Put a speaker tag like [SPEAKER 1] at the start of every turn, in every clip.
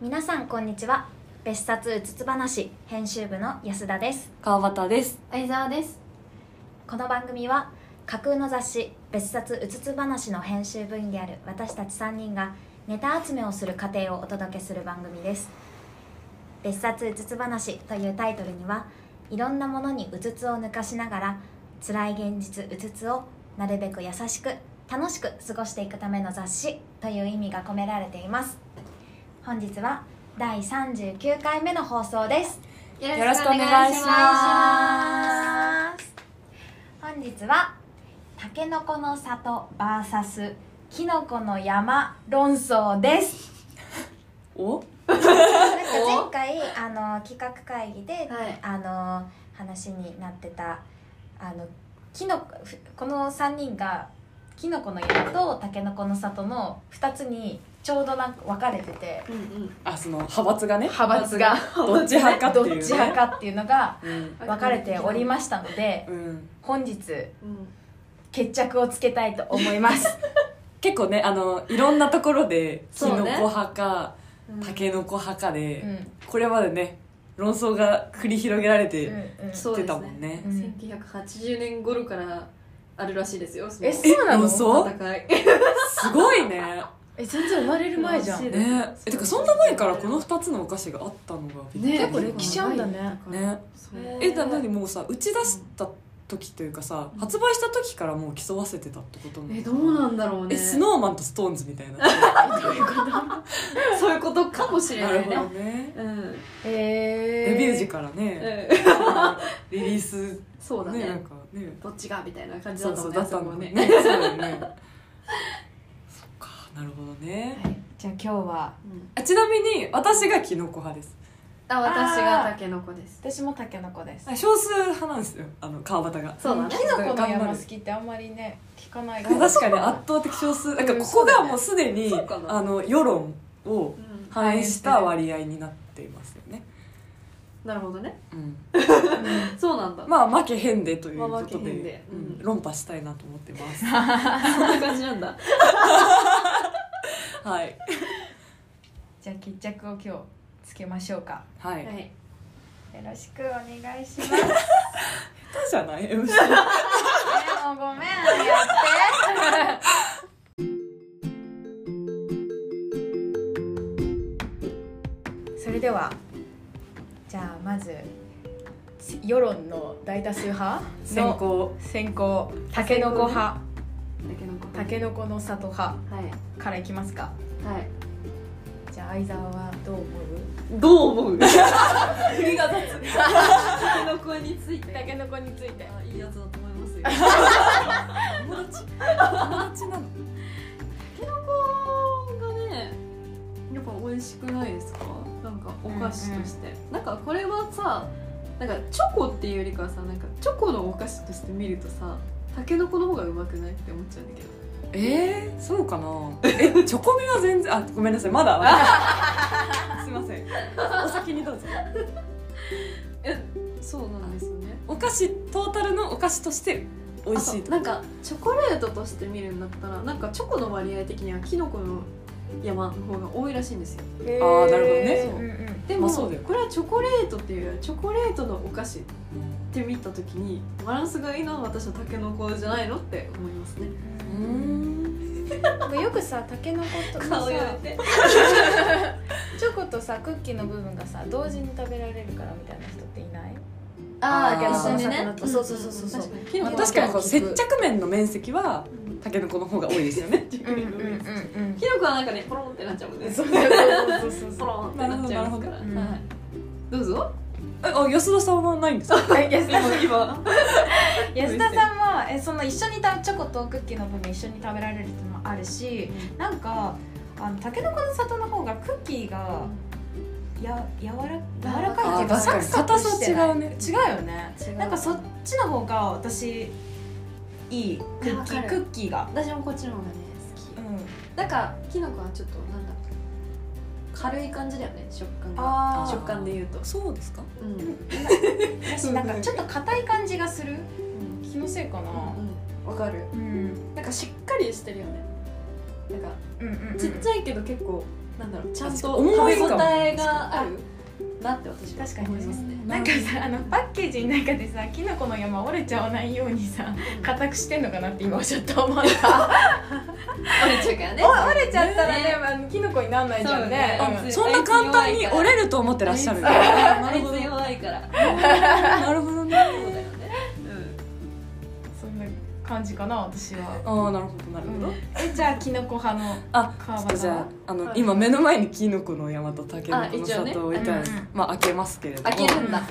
[SPEAKER 1] 皆さんこんにちは別冊うつつ話編集部の安田です
[SPEAKER 2] 川端です
[SPEAKER 3] 相沢です
[SPEAKER 1] この番組は架空の雑誌別冊うつつ話の編集部員である私たち3人がネタ集めをする過程をお届けする番組です別冊うつつ話というタイトルにはいろんなものにうつつを抜かしながら辛い現実うつつをなるべく優しく楽しく過ごしていくための雑誌という意味が込められています本日は第39回目の放送です
[SPEAKER 3] よ
[SPEAKER 2] よろしくお願いしま
[SPEAKER 1] 本日はたけのこの里 VS きのこの山論争です
[SPEAKER 2] お
[SPEAKER 1] なんか前回あの企画会議で、
[SPEAKER 3] はい
[SPEAKER 1] あの話になってたあのきのふこの3人がきのこの山とたけのこの里の2つにちょうどなんか分かれてて
[SPEAKER 3] うんうん
[SPEAKER 2] あその派閥がね
[SPEAKER 1] 派閥が
[SPEAKER 2] どっち派かっていう、
[SPEAKER 1] どっち派かっていうのが
[SPEAKER 2] うん
[SPEAKER 1] 分かれておりましたので
[SPEAKER 2] うん
[SPEAKER 1] 本日
[SPEAKER 3] うん
[SPEAKER 1] 決着をつけたいと思います
[SPEAKER 2] 結構ねあのいろんなところでき
[SPEAKER 3] そう
[SPEAKER 2] のこ
[SPEAKER 3] ね
[SPEAKER 2] 派か、
[SPEAKER 3] うん
[SPEAKER 2] たけのこ派かで、
[SPEAKER 1] うん
[SPEAKER 2] これまでね論争が繰り広げられて
[SPEAKER 1] うんうん
[SPEAKER 3] そう
[SPEAKER 2] きて
[SPEAKER 3] で
[SPEAKER 2] た
[SPEAKER 3] す
[SPEAKER 2] もん
[SPEAKER 3] ね
[SPEAKER 2] ね
[SPEAKER 1] うん
[SPEAKER 3] 1980年頃からあるらしいですよその
[SPEAKER 1] えそうなの
[SPEAKER 2] え嘘
[SPEAKER 3] 戦い
[SPEAKER 2] すごいね
[SPEAKER 1] え全然生まれる前じゃん
[SPEAKER 3] うん
[SPEAKER 2] ねえてかそんな前からこの2つのお菓子があったのがびっくり
[SPEAKER 3] ね
[SPEAKER 1] 結構歴史あんだね
[SPEAKER 2] ね
[SPEAKER 3] そう
[SPEAKER 1] え
[SPEAKER 2] えだ何もうさ打ち出した時というかさ、発売した時からもう競わせてたってことなの
[SPEAKER 3] えどうなんだろうね
[SPEAKER 2] えスノーマンとストーンズみたいな
[SPEAKER 3] そういうことかもしれ
[SPEAKER 2] な
[SPEAKER 3] な
[SPEAKER 2] る
[SPEAKER 3] い
[SPEAKER 2] ほど
[SPEAKER 3] ね
[SPEAKER 2] ね
[SPEAKER 3] うん
[SPEAKER 1] へー
[SPEAKER 2] デビュー時からね、
[SPEAKER 3] うん
[SPEAKER 2] リリース
[SPEAKER 3] そうだ
[SPEAKER 2] ねなん
[SPEAKER 3] ね
[SPEAKER 2] かね
[SPEAKER 3] どっちがみたいな感じ
[SPEAKER 2] そ
[SPEAKER 3] だ
[SPEAKER 2] う
[SPEAKER 3] った
[SPEAKER 2] そ
[SPEAKER 3] も
[SPEAKER 2] うんだ
[SPEAKER 3] ね
[SPEAKER 2] っ
[SPEAKER 3] そ
[SPEAKER 2] たん
[SPEAKER 3] こ
[SPEAKER 2] だ
[SPEAKER 3] はね
[SPEAKER 2] ねねそうだよね そっかなるほどね
[SPEAKER 1] はいじゃあ今日は
[SPEAKER 3] うん
[SPEAKER 2] あちなみに私がキノコ派です
[SPEAKER 3] あ私がタケノコです
[SPEAKER 1] 私もタケノコです
[SPEAKER 2] あ少数派なんですよあの川端が
[SPEAKER 3] そうだね
[SPEAKER 1] キノコの
[SPEAKER 2] 頑張
[SPEAKER 1] 山
[SPEAKER 2] る
[SPEAKER 1] 好きってあんまりね聞かないが
[SPEAKER 2] 確かに圧倒的 少数なんかここがもうすでに
[SPEAKER 3] そうかな
[SPEAKER 2] あの世論を
[SPEAKER 3] うん
[SPEAKER 2] 反映した割合になっていますよね、
[SPEAKER 3] なるほどね
[SPEAKER 2] うん、
[SPEAKER 3] そうなんだ
[SPEAKER 2] まあ負けへんでという
[SPEAKER 3] まあ
[SPEAKER 2] こ
[SPEAKER 3] 負け
[SPEAKER 2] と
[SPEAKER 3] へ
[SPEAKER 2] で,、
[SPEAKER 3] んでうん
[SPEAKER 2] 論破したいなと思ってます
[SPEAKER 3] そんな感じなんだ
[SPEAKER 2] はい
[SPEAKER 1] じゃあ決着を今日つけましょうか
[SPEAKER 2] はい、
[SPEAKER 3] はい
[SPEAKER 1] よろしくお願いしますいや
[SPEAKER 2] 下手じ ゃない MC
[SPEAKER 1] もうごめんやってそれではじゃあまず世論の大多数派
[SPEAKER 2] 先
[SPEAKER 1] の
[SPEAKER 2] 行
[SPEAKER 1] 先行たけのこ派
[SPEAKER 3] だけのこ
[SPEAKER 1] たけのこの里派
[SPEAKER 3] はい
[SPEAKER 1] からいきますか
[SPEAKER 3] はい
[SPEAKER 1] じゃあ相沢はどう思う
[SPEAKER 3] どう思う振りが立つタケノコについて
[SPEAKER 1] けのこについて
[SPEAKER 3] あいいやつだと思い ますよ
[SPEAKER 2] 友達友達なの
[SPEAKER 3] タケノコがねやっぱ美味しくないですかなんかお菓子として、なんかこれはさなんかチョコっていうよりかはさなんかチョコのお菓子として見るとさタケノコの方がうまくないって思っちゃうんだけど
[SPEAKER 2] えー、そうかなえチョコミは全然あごめんなさいまだ すいませんお先にどうぞ
[SPEAKER 3] そうなんですよね
[SPEAKER 2] お菓子トータルのお菓子として美味しい
[SPEAKER 3] あ
[SPEAKER 2] と
[SPEAKER 3] となんかチョコレートとして見るんだったらなんかチョコの割合的にはキノコの山の方が多いらしいんですよ
[SPEAKER 2] あーなる
[SPEAKER 1] う
[SPEAKER 2] ほどね
[SPEAKER 1] んうん
[SPEAKER 3] でも、
[SPEAKER 2] まあそうだよ
[SPEAKER 3] これはチョコレートっていうよりはチョコレートのお菓子って見た時にバランスがいいのは私はタケノコじゃないのって思いますね
[SPEAKER 2] うーん
[SPEAKER 1] なんかよくさたけのことかさ
[SPEAKER 3] て
[SPEAKER 1] チョコとさクッキーの部分がさ同時に食べられるからみたいな人っていない
[SPEAKER 2] あー
[SPEAKER 1] 一緒にね
[SPEAKER 3] そうそうそうそうそう
[SPEAKER 1] 確か
[SPEAKER 3] キ
[SPEAKER 2] ま
[SPEAKER 3] ノ
[SPEAKER 2] あ
[SPEAKER 3] コ
[SPEAKER 2] 確かにこう接着面の面積は
[SPEAKER 3] うん
[SPEAKER 2] タケノコの方が多いですよ ね
[SPEAKER 1] ん
[SPEAKER 3] キノコはなんかねポロンってなっちゃうもんね
[SPEAKER 1] そうそうそうそ
[SPEAKER 3] ポ
[SPEAKER 1] う
[SPEAKER 3] ロンってなっちゃいますから
[SPEAKER 2] な
[SPEAKER 1] るほどなるほど
[SPEAKER 3] はいどうぞ
[SPEAKER 2] えあ安田さんはないんですか
[SPEAKER 1] はい安田さん
[SPEAKER 3] 今
[SPEAKER 1] 安田さんはえその一緒に食べチョコとクッキーの部分一緒に食べられるっていうのもあるしなんかあのたけのこの里の方がクッキーがや柔ら柔らかいっていうか
[SPEAKER 2] あー確かに
[SPEAKER 1] サクサクしてない
[SPEAKER 2] 硬さ違うね
[SPEAKER 1] 違うよね
[SPEAKER 3] 違う
[SPEAKER 1] なんかそっちの方が私いいクッキ
[SPEAKER 3] わ
[SPEAKER 1] ー
[SPEAKER 3] かる
[SPEAKER 1] クッキーが
[SPEAKER 3] 私もこっちの方がね好き
[SPEAKER 1] うん
[SPEAKER 3] なんかキノコはちょっとなんだろう軽い感じだよね食感が
[SPEAKER 1] あ
[SPEAKER 2] ー
[SPEAKER 3] 食感で言うと
[SPEAKER 2] そうですか
[SPEAKER 3] うん、うん
[SPEAKER 1] 私なんかちょっと硬い感じがする気のせいかな
[SPEAKER 3] うんわかる
[SPEAKER 1] うん
[SPEAKER 3] なんかしっかりしてるよねなんか
[SPEAKER 1] うんうんうん
[SPEAKER 3] ちっちゃいけど結構なんだろうちゃんと
[SPEAKER 2] あ重
[SPEAKER 3] 食
[SPEAKER 2] い
[SPEAKER 3] べ
[SPEAKER 2] かも
[SPEAKER 3] 応えがあるなって私は
[SPEAKER 4] 確かに
[SPEAKER 3] 思いますね
[SPEAKER 1] なんかさあのパッケージの中でさきのこの山折れちゃわないようにさ固くしてんのかなって今ちょっと思った
[SPEAKER 3] 折れちゃうから ね
[SPEAKER 1] お折れちゃったらねあのきのこになんないじゃんね
[SPEAKER 3] そうね
[SPEAKER 1] うん
[SPEAKER 3] 熱い
[SPEAKER 2] そんな簡単に折れると思ってらっしゃる。な
[SPEAKER 3] あ
[SPEAKER 2] る
[SPEAKER 3] い
[SPEAKER 2] ほど
[SPEAKER 3] つ。弱いからそう
[SPEAKER 2] なるほどね。
[SPEAKER 3] だよね
[SPEAKER 1] そんな感じかな私 は、
[SPEAKER 2] ああ、なるほど、なるほど。
[SPEAKER 1] えじゃあきのこ派の
[SPEAKER 2] あ
[SPEAKER 1] 川
[SPEAKER 2] ちょっと
[SPEAKER 1] 端
[SPEAKER 2] じゃ
[SPEAKER 1] は
[SPEAKER 2] ああの、
[SPEAKER 3] はい
[SPEAKER 2] 今目の前にキノコの山とタケノコの
[SPEAKER 3] あ一応ね
[SPEAKER 2] 里を置いてある、
[SPEAKER 1] うんうん
[SPEAKER 2] まあ開けますけれども
[SPEAKER 3] 開けるんだ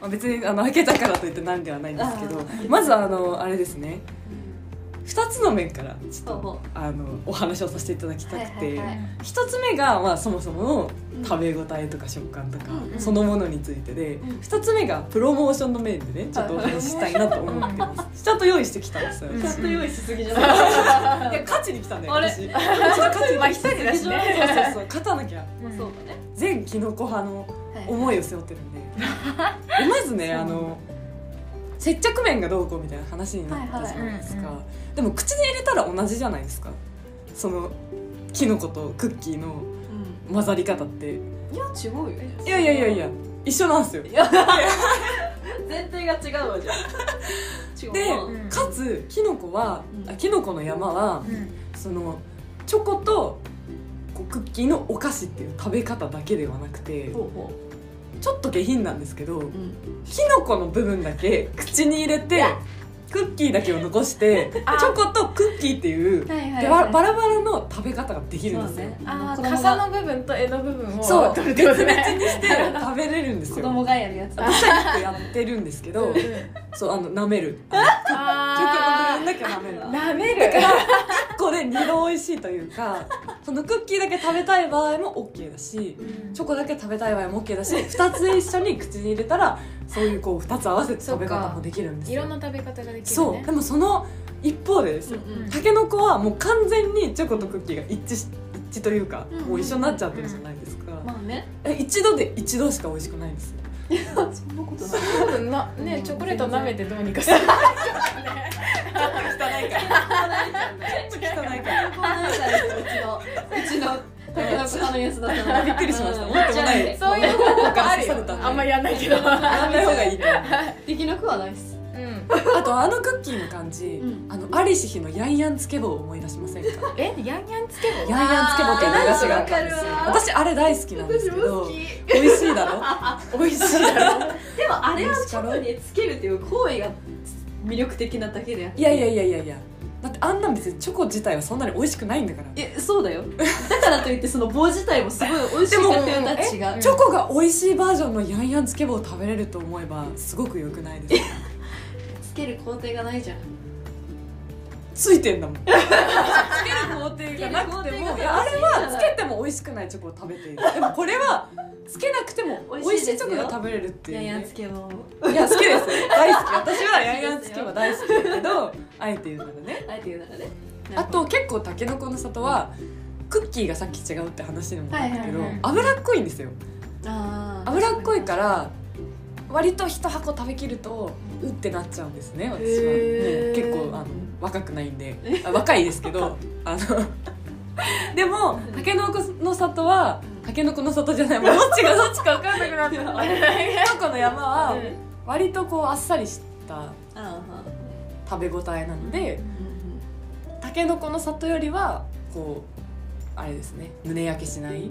[SPEAKER 2] まあ、別にあの開けたからといってなんではないんですけど
[SPEAKER 3] あー
[SPEAKER 2] まずあのあれですね2つの面からちょっ
[SPEAKER 3] ほうほ
[SPEAKER 2] とあのお話をさせていただきたく
[SPEAKER 3] はい
[SPEAKER 2] て、
[SPEAKER 3] はいはい
[SPEAKER 2] 一1つ目が、まあ、そもそもの
[SPEAKER 3] うん
[SPEAKER 2] 食べ応えとか食感とか、
[SPEAKER 3] うんうん
[SPEAKER 2] そのものについてで、
[SPEAKER 3] うん
[SPEAKER 2] 2つ目がプロモーションの面でねちょっとお話ししたいなと思っ てますちゃんと用意してきたんですよ、
[SPEAKER 1] うん
[SPEAKER 2] い
[SPEAKER 3] ち
[SPEAKER 2] や
[SPEAKER 3] ゃんと用意しすぎじゃ ない
[SPEAKER 2] 勝ちに来たんだよ
[SPEAKER 3] あれ
[SPEAKER 2] 私私勝ちに来た
[SPEAKER 1] まあ 一人だし
[SPEAKER 2] そう
[SPEAKER 1] ね
[SPEAKER 2] そうそう勝たなきゃ
[SPEAKER 1] うん
[SPEAKER 3] そうだね
[SPEAKER 2] 全キノコ派の
[SPEAKER 3] はい
[SPEAKER 2] 思いを背負ってるんで でまずねあの接着面がどうこうみたいな話になったじゃないですか、
[SPEAKER 1] はいは
[SPEAKER 2] でも口に入れたら同じじゃないですかそのキノコとクッキーの
[SPEAKER 3] うん
[SPEAKER 2] 混ざり方ってい
[SPEAKER 3] いや違うよね
[SPEAKER 2] やいやいやいや一緒なんですよ
[SPEAKER 3] いや前提が違うわじゃん
[SPEAKER 2] で、
[SPEAKER 3] 違う
[SPEAKER 2] かつキノコは、
[SPEAKER 3] うん
[SPEAKER 2] あキノコの山は
[SPEAKER 4] うん
[SPEAKER 2] そのチョコとこうクッキーのお菓子っていう食べ方だけではなくて
[SPEAKER 3] なほうほ
[SPEAKER 2] ちょっと下品なんですけど、
[SPEAKER 3] ううん
[SPEAKER 2] キノコの部分だけ口に入れてクッキーだけを残してチ
[SPEAKER 1] あ
[SPEAKER 2] ョコとクッキーっていうで
[SPEAKER 3] はい
[SPEAKER 2] バラバラの食べ方ができるんですよ、
[SPEAKER 1] あー
[SPEAKER 3] 子供が
[SPEAKER 1] 傘の部分と絵の部分を
[SPEAKER 2] そう
[SPEAKER 1] 取るってことね
[SPEAKER 2] にして食べれるんです
[SPEAKER 3] 子
[SPEAKER 2] よ
[SPEAKER 3] 供がやるやつだ
[SPEAKER 2] 私はよくやってるんですけど
[SPEAKER 1] うんうん
[SPEAKER 2] そうあの舐めるチョコの
[SPEAKER 1] あ
[SPEAKER 2] 部分だけ舐める
[SPEAKER 1] ー舐める
[SPEAKER 2] これ二度美味しいというかそのクッキーだけ食べたい場合も OK だしチョコだけ食べたい場合も OK だし2つ一緒に口に入れたらそういうこう2つ合わせて食べ方もできるんです
[SPEAKER 1] いろ
[SPEAKER 2] よ
[SPEAKER 1] んな食べ方ができる
[SPEAKER 2] そう
[SPEAKER 1] ね
[SPEAKER 2] でもその一方でですよ、
[SPEAKER 3] うんうん
[SPEAKER 2] タケノコはもう完全にチョコとクッキーが一致し一致というか、
[SPEAKER 3] うん
[SPEAKER 2] もう一緒になっちゃってるじゃないですか、
[SPEAKER 3] まあね
[SPEAKER 2] え一度で一度しか美味しくないんですよ
[SPEAKER 3] そんなことない
[SPEAKER 1] 多分なねチョコレート舐めてどうにかする
[SPEAKER 2] 汚いからちょっと汚いから
[SPEAKER 3] うちのうちの竹の子のやつだったの
[SPEAKER 2] びっくりしました思ってもない
[SPEAKER 1] そういう
[SPEAKER 2] 方向
[SPEAKER 1] ある
[SPEAKER 2] 刺され
[SPEAKER 1] よ
[SPEAKER 2] た
[SPEAKER 1] あんまりやんないけど
[SPEAKER 2] やんない方がいいと思う
[SPEAKER 3] できなくはないっす
[SPEAKER 1] うん
[SPEAKER 2] あとあのクッキーの感じ、
[SPEAKER 3] うん
[SPEAKER 2] あのアリシヒのヤンヤンつけ棒を思い出しませんか
[SPEAKER 1] えヤンヤンつけ棒
[SPEAKER 2] ヤンヤンつけ棒っていう駄菓子があったんですよ
[SPEAKER 3] あーわかるわ
[SPEAKER 2] 私あれ大好きなんですけど美味しいだろ美味しいだろ
[SPEAKER 3] でもあれをチョコにつけるっていう行為が魅力的なだけであって
[SPEAKER 2] いやいやいやいやいやだってあんなん別にチョコ自体はそんなに美味しくないんだから
[SPEAKER 3] えそうだよだからといってその棒自体もすごい美味しいかっていうのは違う
[SPEAKER 1] でも
[SPEAKER 2] チョコが美味しいバージョンのヤンヤンつけ棒を食べれると思えばすごく良くないですか
[SPEAKER 3] つける工程がないじゃん
[SPEAKER 2] ついてんだもんい
[SPEAKER 3] つける工程
[SPEAKER 2] がなくてもいやあれはつけても美味しくないチョコを食べているでもこれはつけなくても美味しいチョコが食べれるっていう、
[SPEAKER 3] や
[SPEAKER 2] ね、
[SPEAKER 3] いやつけも
[SPEAKER 2] いや好きですよ大好き私はヤンヤンつけ棒大好きだけどあえて言うならね
[SPEAKER 3] あえて言うならね
[SPEAKER 2] あと結構たけのこの里はクッキーがさっき違うって話でもあったけど、
[SPEAKER 1] はいはいはい
[SPEAKER 2] 脂っこいんですよ
[SPEAKER 3] あー
[SPEAKER 2] 脂っこいから割と一箱食べきるとうってなっちゃうんですね私は、ね
[SPEAKER 1] へー
[SPEAKER 2] 結構あの若くないんであ若いです けどあのでもたけのこの里はたけのこの里じゃないもうどっちがど っちか分かんなくなったたけのこの山は
[SPEAKER 1] うん
[SPEAKER 2] 割とこうあっさりした
[SPEAKER 3] あ
[SPEAKER 2] 食べ応えなので
[SPEAKER 3] ーうん
[SPEAKER 2] たけのこの里よりはこうあれですね胸焼けし ない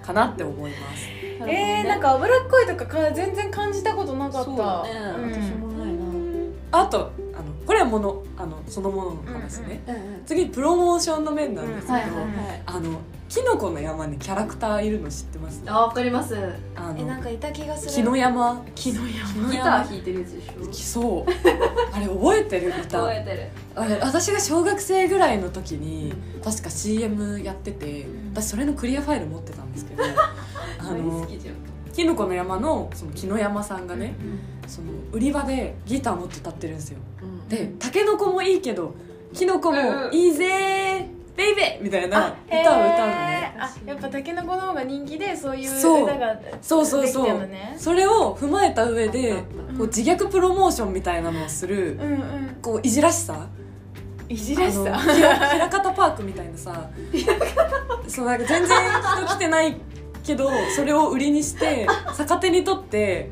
[SPEAKER 2] かなって思います
[SPEAKER 1] えーなんか脂っこいとかか全然感じたことなかった
[SPEAKER 3] そうだね
[SPEAKER 1] うん
[SPEAKER 3] 私もないな
[SPEAKER 2] あとあのこれはものあのそのものの話ね、
[SPEAKER 1] うんうん
[SPEAKER 2] 次プロモーションの面なんですけど、
[SPEAKER 3] はいはいはい
[SPEAKER 2] あのキノコの山にキャラクターいるの知ってます
[SPEAKER 3] あわかります
[SPEAKER 2] あ
[SPEAKER 4] えなん
[SPEAKER 2] の
[SPEAKER 4] かいた気がする
[SPEAKER 2] 木の山
[SPEAKER 1] 木の山
[SPEAKER 2] 木の
[SPEAKER 3] ギタ
[SPEAKER 2] 山
[SPEAKER 3] ー弾いてるやつでしょ
[SPEAKER 2] そう あれ覚えてる
[SPEAKER 3] 覚
[SPEAKER 2] 歌
[SPEAKER 3] えてる
[SPEAKER 2] あれ私が小学生ぐらいの時に確か CM やってて
[SPEAKER 1] ん
[SPEAKER 2] 私それのクリアファイル持ってたんです けどあ
[SPEAKER 3] 大好
[SPEAKER 2] の
[SPEAKER 3] きじゃん
[SPEAKER 2] キノコの山のその木の山さんがねその売り場でギター持って歌ってるんですよ
[SPEAKER 3] うん
[SPEAKER 2] でタケノコもいいけどキノコもいいぜーベイベーみたいな歌を歌うのね、
[SPEAKER 1] えーあやっぱたけのこの方が人気でそういう
[SPEAKER 2] そう
[SPEAKER 1] 歌が
[SPEAKER 2] そうそう
[SPEAKER 1] でき
[SPEAKER 2] そ
[SPEAKER 1] てるの
[SPEAKER 2] う
[SPEAKER 1] ね
[SPEAKER 2] それを踏まえた上
[SPEAKER 3] あ
[SPEAKER 2] で
[SPEAKER 3] ったあった
[SPEAKER 2] こう自虐プロモーションみたいなのをする
[SPEAKER 1] うんうん
[SPEAKER 2] こういじらしさ
[SPEAKER 1] いじ
[SPEAKER 2] あ
[SPEAKER 1] らし
[SPEAKER 2] の
[SPEAKER 1] さ
[SPEAKER 2] ひらひらかたパークみたいなさそうなんか全然人来てないけどそれを売りにして逆手にとって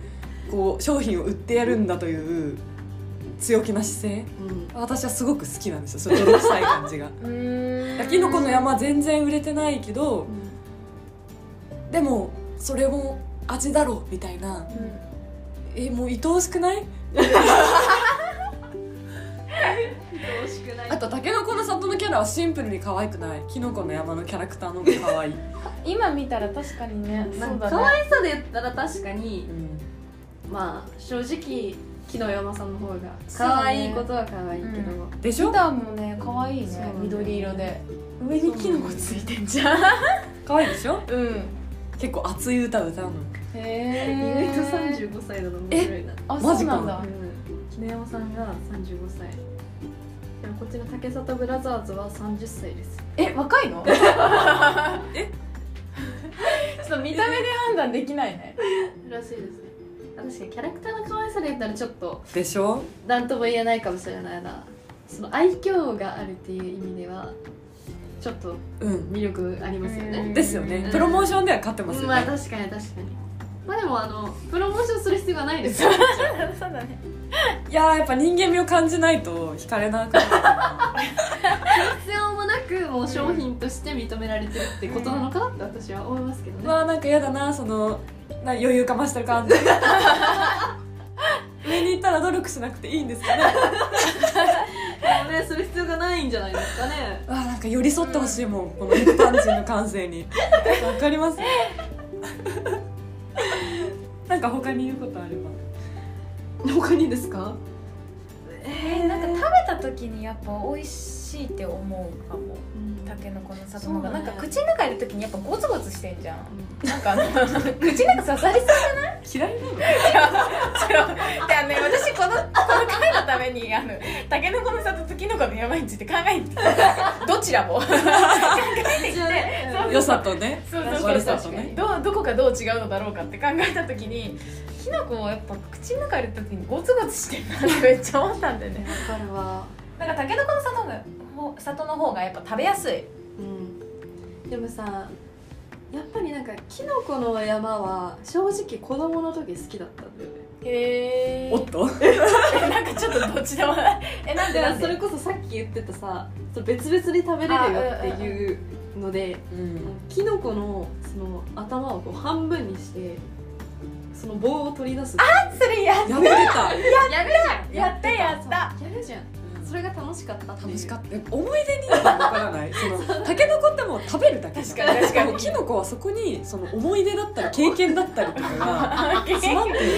[SPEAKER 2] こう商品を売ってやるんだという強気な姿勢
[SPEAKER 3] うん
[SPEAKER 2] 私はすごく好きなんですよその泥臭い感じが。
[SPEAKER 1] うーん
[SPEAKER 2] きのこの山全然売れてないけどでもそれも味だろうみたいなえもう愛おしくない
[SPEAKER 3] 愛おしくない
[SPEAKER 2] あとたけのこの里のキャラはシンプルに可愛くないきのこの山のキャラクターの方が可愛い、
[SPEAKER 1] 今見たら確かにね
[SPEAKER 3] な
[SPEAKER 1] そ
[SPEAKER 3] ん
[SPEAKER 1] う
[SPEAKER 3] か
[SPEAKER 1] だ
[SPEAKER 3] 可
[SPEAKER 1] ね
[SPEAKER 3] 愛さで言ったら確かに
[SPEAKER 2] うん
[SPEAKER 3] まあ正直木の山さんの方が可愛いことは可愛いけど、
[SPEAKER 1] う
[SPEAKER 2] でし
[SPEAKER 1] ギ
[SPEAKER 2] ょ
[SPEAKER 1] ターもね可愛い
[SPEAKER 3] そう
[SPEAKER 1] ね
[SPEAKER 3] だね
[SPEAKER 1] 緑色で上にキノコついてんじゃん
[SPEAKER 2] 可愛いでしょ
[SPEAKER 1] うん
[SPEAKER 2] 結構熱い歌歌うの
[SPEAKER 1] へ
[SPEAKER 3] 意
[SPEAKER 1] え
[SPEAKER 3] 外と35歳だと面白いな
[SPEAKER 1] あ
[SPEAKER 2] マ
[SPEAKER 1] そう
[SPEAKER 2] ジか
[SPEAKER 1] なんだ
[SPEAKER 3] うん絹山さんが35歳でもこっちの竹里ブラザーズは30歳です
[SPEAKER 1] え若いの
[SPEAKER 2] え
[SPEAKER 1] ちょっと見た目で判断できないね
[SPEAKER 3] らしいですね確かにキャラクターの可愛さで言ったらちょっと
[SPEAKER 2] でしょ
[SPEAKER 3] 何とも言えないかもしれないなその愛嬌があるっていう意味ではちょっと
[SPEAKER 2] うん
[SPEAKER 3] 魅力ありますよね
[SPEAKER 2] ですよねプロモーションでは勝ってますよ
[SPEAKER 3] まあ
[SPEAKER 2] ね、
[SPEAKER 3] 確かに確かにまあでもあのプロモーションする必要はないです
[SPEAKER 1] そ
[SPEAKER 3] よ
[SPEAKER 1] うだね
[SPEAKER 2] いやーやっぱ人間味を感じないと惹かれなかった
[SPEAKER 3] 必要もなくもう商品として認められてるってことなのかなって私は思いますけどね、
[SPEAKER 2] まあなんか嫌だなそのな余裕かまして る感じ上に行ったら努力しなくていいんですかね
[SPEAKER 3] でもねする必要がないんじゃないですかね
[SPEAKER 2] あなんか寄り添ってほしいもん、この一般人の感性にわかりますなんか他に言うことあれ ば
[SPEAKER 3] 他にですか
[SPEAKER 1] えー、なんか食べた時にやっぱ美味しいって思うかもたけのこの里の方が、
[SPEAKER 3] そ
[SPEAKER 1] な
[SPEAKER 3] うね
[SPEAKER 1] んか口の中入れる時にやっぱゴツゴツしてんじゃんなんかあの口の中刺さりそう
[SPEAKER 2] 嫌いなの
[SPEAKER 1] であのね私このこの回のためにあのたけのこの里ときのこの山について考えてきたどちらも考えてきてそう
[SPEAKER 2] 良さとね
[SPEAKER 1] そうそうそう
[SPEAKER 2] 悪さとね
[SPEAKER 1] どうどこがどう違うのだろうかって考えた時にきのこをやっぱ口の中入れた時にゴツゴツしてるなってめっちゃ思ったんだよね
[SPEAKER 3] かるわ、
[SPEAKER 1] なんかたけのこの里のほ里の方がやっぱ食べやすい
[SPEAKER 3] うん、でもさやっぱりなんかキノコの山は正直子供の時好きだったんだよね
[SPEAKER 1] へ
[SPEAKER 2] おっと
[SPEAKER 1] えなんかちょっとどっちでもないえなんで
[SPEAKER 3] だか
[SPEAKER 1] な
[SPEAKER 3] ら
[SPEAKER 1] ん
[SPEAKER 3] そ
[SPEAKER 1] で
[SPEAKER 3] れこそさっき言ってたさその別々に食べれるよっていうので
[SPEAKER 2] うん
[SPEAKER 3] キノコのその頭をこう半分にしてその棒を取り出すあ
[SPEAKER 1] それや
[SPEAKER 2] やってた
[SPEAKER 3] やるじ
[SPEAKER 1] やったやった
[SPEAKER 3] やるじゃんそれが楽しかったっていう
[SPEAKER 2] 楽しかった思い出にはわからないそのたけのこってもう食べるだけじゃ
[SPEAKER 1] 確
[SPEAKER 2] ん
[SPEAKER 1] かに確かに
[SPEAKER 2] でもきのこはそこにその思い出だったり経験だったりとかが
[SPEAKER 1] あ今
[SPEAKER 2] 詰まってるわけ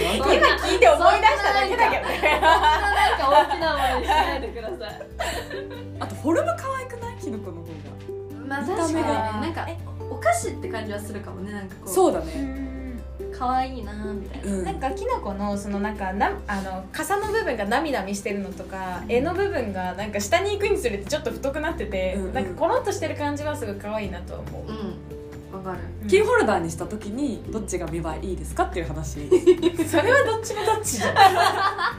[SPEAKER 1] 聞いて思い出しただけだけどね
[SPEAKER 3] そんななんか大きなものにしないでください
[SPEAKER 2] あとフォルム可愛くないきのこの方が
[SPEAKER 3] まあ
[SPEAKER 2] 見た目が
[SPEAKER 3] 確かにね
[SPEAKER 1] あー
[SPEAKER 3] なんかお菓子って感じはするかもねなんかこう
[SPEAKER 2] そうだね
[SPEAKER 3] 可愛いなーみたいな
[SPEAKER 2] うん
[SPEAKER 1] なんかきのこのそのなんかなあの傘の部分がなみなみしてるのとか柄の部分がなんか下に行くにつれてちょっと太くなってて、
[SPEAKER 2] うんうん
[SPEAKER 1] なんかコロンとしてる感じはすごい可愛いなとは思う、
[SPEAKER 3] うんわかる
[SPEAKER 2] キーホルダーにした時にどっちが見栄えいいですかっていう話
[SPEAKER 1] それはどっちもどっちじゃん なんか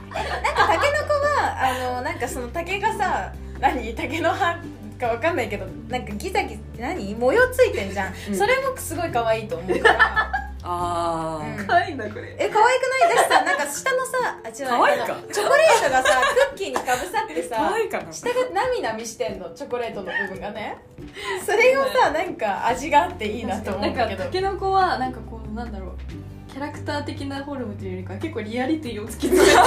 [SPEAKER 1] たけのこはあのなんかその竹がさ何竹の葉かわかんないけどなんかギザギザ何模様ついてんじゃん、
[SPEAKER 2] うん
[SPEAKER 1] それもすごい可愛いと思う から、
[SPEAKER 2] あ
[SPEAKER 1] うん
[SPEAKER 2] ー、
[SPEAKER 3] 愛いなこれ
[SPEAKER 1] え可愛くないだしさなんか下のさあ違う
[SPEAKER 2] 可愛いか
[SPEAKER 1] あのチョコレートがさクッキーにかぶさって
[SPEAKER 2] 可
[SPEAKER 1] さ
[SPEAKER 2] 愛いかな
[SPEAKER 1] 下がなみなみしてんのチョコレートの部分がねそれがさなんか味があっていいなと思
[SPEAKER 3] な
[SPEAKER 1] うんんだ
[SPEAKER 3] か
[SPEAKER 1] けど
[SPEAKER 3] たけのこはなんかこうなんだろうキャラクター的なフォルムというよりかは結構リアリティを突き詰 めた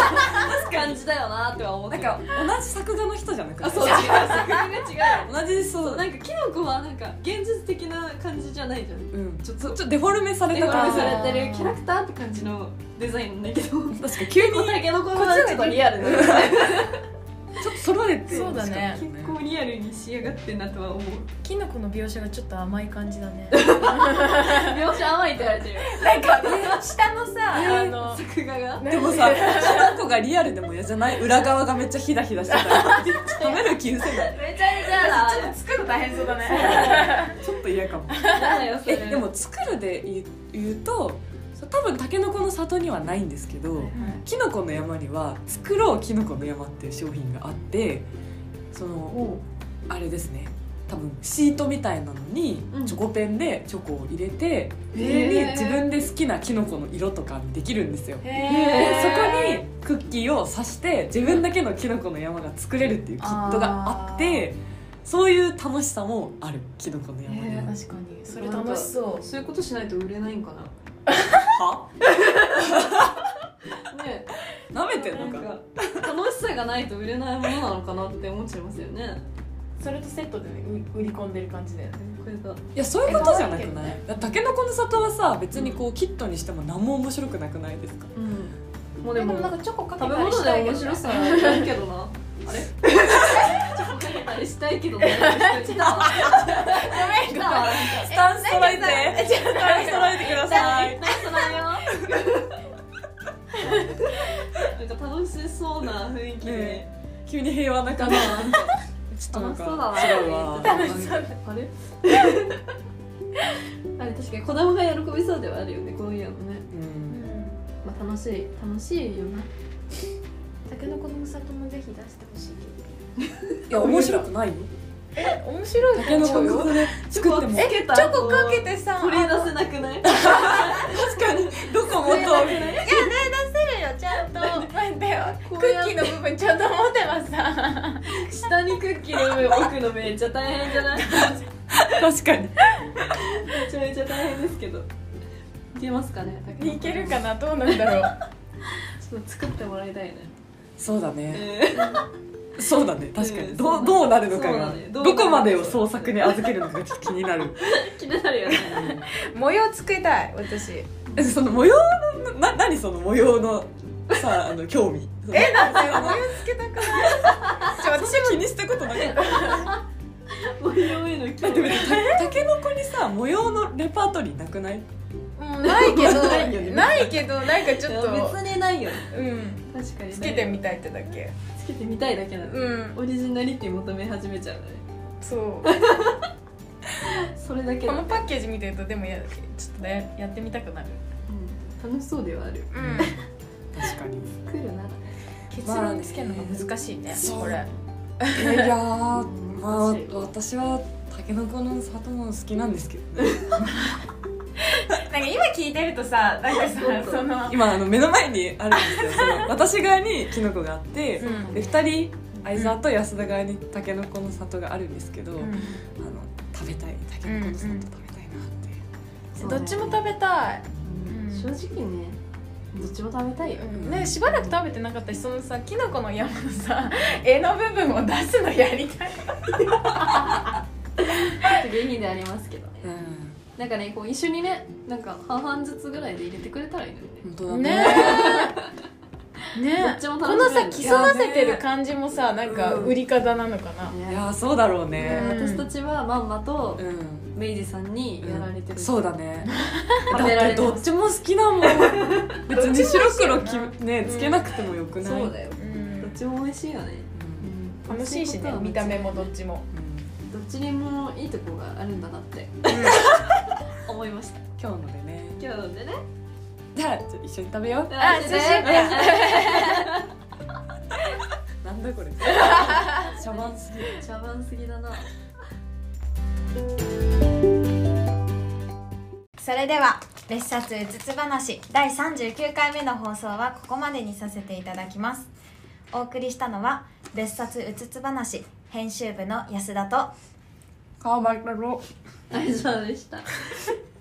[SPEAKER 3] 感じだよなーっては思っ
[SPEAKER 2] な
[SPEAKER 3] て
[SPEAKER 2] ん
[SPEAKER 3] る
[SPEAKER 2] か同じ作画の人じゃなくて
[SPEAKER 3] あそう違う作品が違う
[SPEAKER 2] 同じそう
[SPEAKER 3] なんかキノコはなんか現実的な感じじゃないじゃん
[SPEAKER 2] うん、ちょっとちょっとデフォルメされ
[SPEAKER 3] デ
[SPEAKER 2] た
[SPEAKER 3] フォ
[SPEAKER 2] 感
[SPEAKER 3] ル
[SPEAKER 2] じ
[SPEAKER 3] メされてるキャラクターって感じのデザインなんだけど
[SPEAKER 2] 確かに急に
[SPEAKER 3] たけのこはちょっとリアルだよね
[SPEAKER 2] ちょっと揃えて
[SPEAKER 1] そうだね
[SPEAKER 2] 結
[SPEAKER 3] 結
[SPEAKER 2] 構
[SPEAKER 3] 構リアルに仕上がってんなと は思う
[SPEAKER 1] きのこの描写がちょっと甘い感じだね
[SPEAKER 3] 描写甘いって言われてる
[SPEAKER 1] なんか下 のさあの
[SPEAKER 3] 作画が
[SPEAKER 2] でもさきのこがリアルでも嫌じゃない裏側 がめっちゃヒダヒダしてたり食べる気うせ ない
[SPEAKER 3] めちゃめちゃだ
[SPEAKER 1] ちょっと作るの大変そうだね
[SPEAKER 2] ちょっと嫌かも
[SPEAKER 3] だよそ
[SPEAKER 2] え
[SPEAKER 3] れ
[SPEAKER 2] でも作るで言う言うとそう多分たけのこの里にはないんですけど、きのこの山には「作ろうきのこの山」っていう商品があってその
[SPEAKER 3] お
[SPEAKER 2] あれですね多分シートみたいなのに
[SPEAKER 3] うん
[SPEAKER 2] チョコペンでチョコを入れて、
[SPEAKER 3] え
[SPEAKER 2] それに自分で好きなキノコの色とかできるんですよ
[SPEAKER 1] へ
[SPEAKER 2] でそ
[SPEAKER 1] え
[SPEAKER 2] こにクッキーを刺して自分だけのキノコの山が作れるっていうキットがあってそういう楽しさもあるキノコの山には、
[SPEAKER 1] 確かにそれ楽しそう
[SPEAKER 3] そういうことしないと売れないんかな
[SPEAKER 2] は
[SPEAKER 3] ね
[SPEAKER 2] 舐めてん
[SPEAKER 3] な
[SPEAKER 2] の
[SPEAKER 3] ん
[SPEAKER 2] か
[SPEAKER 3] か楽しさがないと売れないものなのかなって思っちゃいますよね
[SPEAKER 1] それとセットでねう売り込んでる感じだよね
[SPEAKER 3] これが
[SPEAKER 2] いやそういうことじゃなく
[SPEAKER 1] え可
[SPEAKER 2] な
[SPEAKER 1] 愛い
[SPEAKER 2] いだからたけのこの里はさ別にこうキットにしても何も面白くなくないですか
[SPEAKER 3] うんもう
[SPEAKER 1] で
[SPEAKER 3] で
[SPEAKER 1] も
[SPEAKER 3] も
[SPEAKER 1] なんかチョコかけ
[SPEAKER 3] 食べ
[SPEAKER 1] たり
[SPEAKER 3] 物
[SPEAKER 1] し
[SPEAKER 3] で
[SPEAKER 1] たいけどね
[SPEAKER 3] 面白さあるけどなあれチョコかけたりしたいけどね来た
[SPEAKER 1] ごめんごめん
[SPEAKER 3] 来た
[SPEAKER 2] スタンス揃えて
[SPEAKER 1] えちょっと
[SPEAKER 2] スタンス揃えてください
[SPEAKER 3] 何それよなんか楽しそうな雰囲気で
[SPEAKER 2] ね急に平和な 感じちょっとなん
[SPEAKER 3] 楽しそうだ
[SPEAKER 2] か
[SPEAKER 3] な
[SPEAKER 2] 違うわ
[SPEAKER 1] 楽しそうだ
[SPEAKER 3] あれあれ確かに子供が喜びそうではあるよねこういうのね
[SPEAKER 2] うん
[SPEAKER 3] まあ楽しい楽しいよな
[SPEAKER 1] たけのこの里もぜひ出してほしい
[SPEAKER 2] いや面白くないよ
[SPEAKER 1] え面白い
[SPEAKER 2] たけのこの里で作っても
[SPEAKER 3] え
[SPEAKER 1] チョコかけてさ
[SPEAKER 3] 取り出
[SPEAKER 1] あの
[SPEAKER 3] せなくない
[SPEAKER 2] 確かにどこもと
[SPEAKER 1] いや出せるよちゃんと待ってよ
[SPEAKER 3] こ
[SPEAKER 1] ク
[SPEAKER 3] うや
[SPEAKER 1] ッ
[SPEAKER 3] っ
[SPEAKER 1] キ
[SPEAKER 3] て
[SPEAKER 1] ーの部分ちょっと持てばさ
[SPEAKER 3] 下にクッキーの上置くのめっちゃ大変じゃない
[SPEAKER 2] 確かに
[SPEAKER 3] めちゃめちゃ大変ですけどいけますかね竹中
[SPEAKER 1] いけるかなどうなんだろう
[SPEAKER 3] ちょっと作ってもらいたいね、
[SPEAKER 2] そうだね
[SPEAKER 3] えー
[SPEAKER 2] そうだね確か
[SPEAKER 3] う
[SPEAKER 2] に
[SPEAKER 3] ん
[SPEAKER 2] どうどうなるのか
[SPEAKER 3] そう
[SPEAKER 2] が
[SPEAKER 3] だねどうなる
[SPEAKER 2] どこまでを創作に預けるのかちょっと気になる
[SPEAKER 3] 気になるよね
[SPEAKER 1] 模様作りたい私
[SPEAKER 2] えその模様のな何その模様のさあの興味
[SPEAKER 1] えなんだよ模様つけたくないちょ私
[SPEAKER 2] 私も気にしたことなかった
[SPEAKER 3] 模様への興
[SPEAKER 2] だって
[SPEAKER 3] 味
[SPEAKER 2] 別にた たけのこにさ模様のレパートリーなくない
[SPEAKER 1] もうん ないけど
[SPEAKER 3] ないよね
[SPEAKER 1] ないけどなんかちょっ
[SPEAKER 3] いや
[SPEAKER 1] と
[SPEAKER 3] 別にないよね
[SPEAKER 1] うん
[SPEAKER 3] 確かに
[SPEAKER 1] つけてみたいってだけ
[SPEAKER 3] つけてみたいだけなの、
[SPEAKER 1] うん
[SPEAKER 3] オリジナリティ求め始めちゃうのね
[SPEAKER 1] そう
[SPEAKER 3] それだけ
[SPEAKER 1] こ
[SPEAKER 3] だ
[SPEAKER 1] のパッケージ見てるとでもやちょっとややってみたくなる
[SPEAKER 3] うん、楽しそうではある
[SPEAKER 1] うん
[SPEAKER 2] 確かに
[SPEAKER 3] 来るなら
[SPEAKER 1] 結論つけるのが難しいね
[SPEAKER 2] そう
[SPEAKER 1] これ
[SPEAKER 2] いやー ま
[SPEAKER 3] 難
[SPEAKER 2] あ
[SPEAKER 3] しいわ
[SPEAKER 2] 私はたけのこの里も好きなんですけどね
[SPEAKER 1] なんか今聞いてるとさなんかさその
[SPEAKER 2] 今あの目の前にあるんですよその私側にきのこがあって、
[SPEAKER 1] うん
[SPEAKER 2] で2人相沢と安田側にたけのこの里があるんですけど、あの食べたいたけのこの里食べたいなって、
[SPEAKER 3] そう
[SPEAKER 1] ど
[SPEAKER 3] ね
[SPEAKER 1] っちも食べたい、
[SPEAKER 3] うん正直ねどっちも食べたいよ
[SPEAKER 2] ん
[SPEAKER 1] ねしばらく食べてなかったしそのさキノコの山のさ 絵の部分を出すのやりたい
[SPEAKER 3] ちょっと下品でありますけどね
[SPEAKER 2] うん
[SPEAKER 3] なんかねこう一緒にねなんか半々ずつぐらいで入れてくれたらいいのにね
[SPEAKER 2] 本当だね
[SPEAKER 1] え
[SPEAKER 3] ど
[SPEAKER 1] ね
[SPEAKER 3] っ
[SPEAKER 1] え
[SPEAKER 3] ちも
[SPEAKER 1] こ
[SPEAKER 3] 楽しめる
[SPEAKER 1] のさ競わせてる感じもさなんか
[SPEAKER 2] うん
[SPEAKER 1] 売り方なのかな、
[SPEAKER 2] い
[SPEAKER 3] いや
[SPEAKER 2] やーそうだろうね
[SPEAKER 1] うん
[SPEAKER 3] 私たちはまんまと
[SPEAKER 2] うん、
[SPEAKER 3] メイジさんにやられてる、
[SPEAKER 2] そうだね
[SPEAKER 3] は
[SPEAKER 2] だっ
[SPEAKER 3] めら
[SPEAKER 2] て
[SPEAKER 3] れてます
[SPEAKER 2] どっちも好きだもん 別に白黒きね
[SPEAKER 1] うん
[SPEAKER 2] つけなくてもよくない、
[SPEAKER 3] そうだよ
[SPEAKER 1] う
[SPEAKER 3] どっ
[SPEAKER 1] ん、
[SPEAKER 3] ちも美味しいよね、
[SPEAKER 1] 楽しいしね見た目もどっちも、
[SPEAKER 2] うん
[SPEAKER 3] ど
[SPEAKER 2] うん
[SPEAKER 3] っちにもいいとこがあるんだなって思いました
[SPEAKER 2] 今日のでね
[SPEAKER 3] 今日のでね
[SPEAKER 2] じゃあちょ一緒に食べよう
[SPEAKER 1] あ寿司
[SPEAKER 2] なんだ これ茶番すぎる
[SPEAKER 3] 茶番すぎだな
[SPEAKER 4] それでは別冊うつつ話第39回目の放送はここまでにさせていただきますお送りしたのは別冊うつつ話編集部の安田と
[SPEAKER 2] 川真太郎
[SPEAKER 3] 大丈夫でした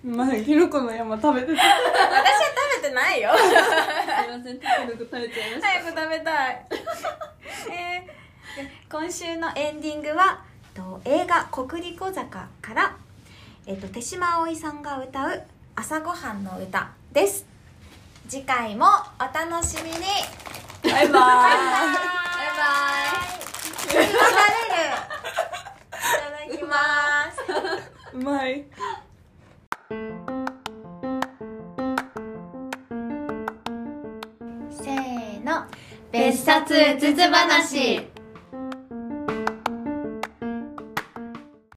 [SPEAKER 2] まあキノコの山食べてた
[SPEAKER 1] 食べてないよ
[SPEAKER 3] すいませんタケノコ食べちゃいました、
[SPEAKER 1] 早く食べたい
[SPEAKER 4] えーで今週のエンディングはと映画「国立小坂」から、えっと手島葵さんが歌う「朝ごはんの歌」です次回もお楽しみに
[SPEAKER 2] バイバーイ
[SPEAKER 4] バイバイ食べるいただきます
[SPEAKER 2] うまい
[SPEAKER 4] せーの
[SPEAKER 5] 別冊うつつ話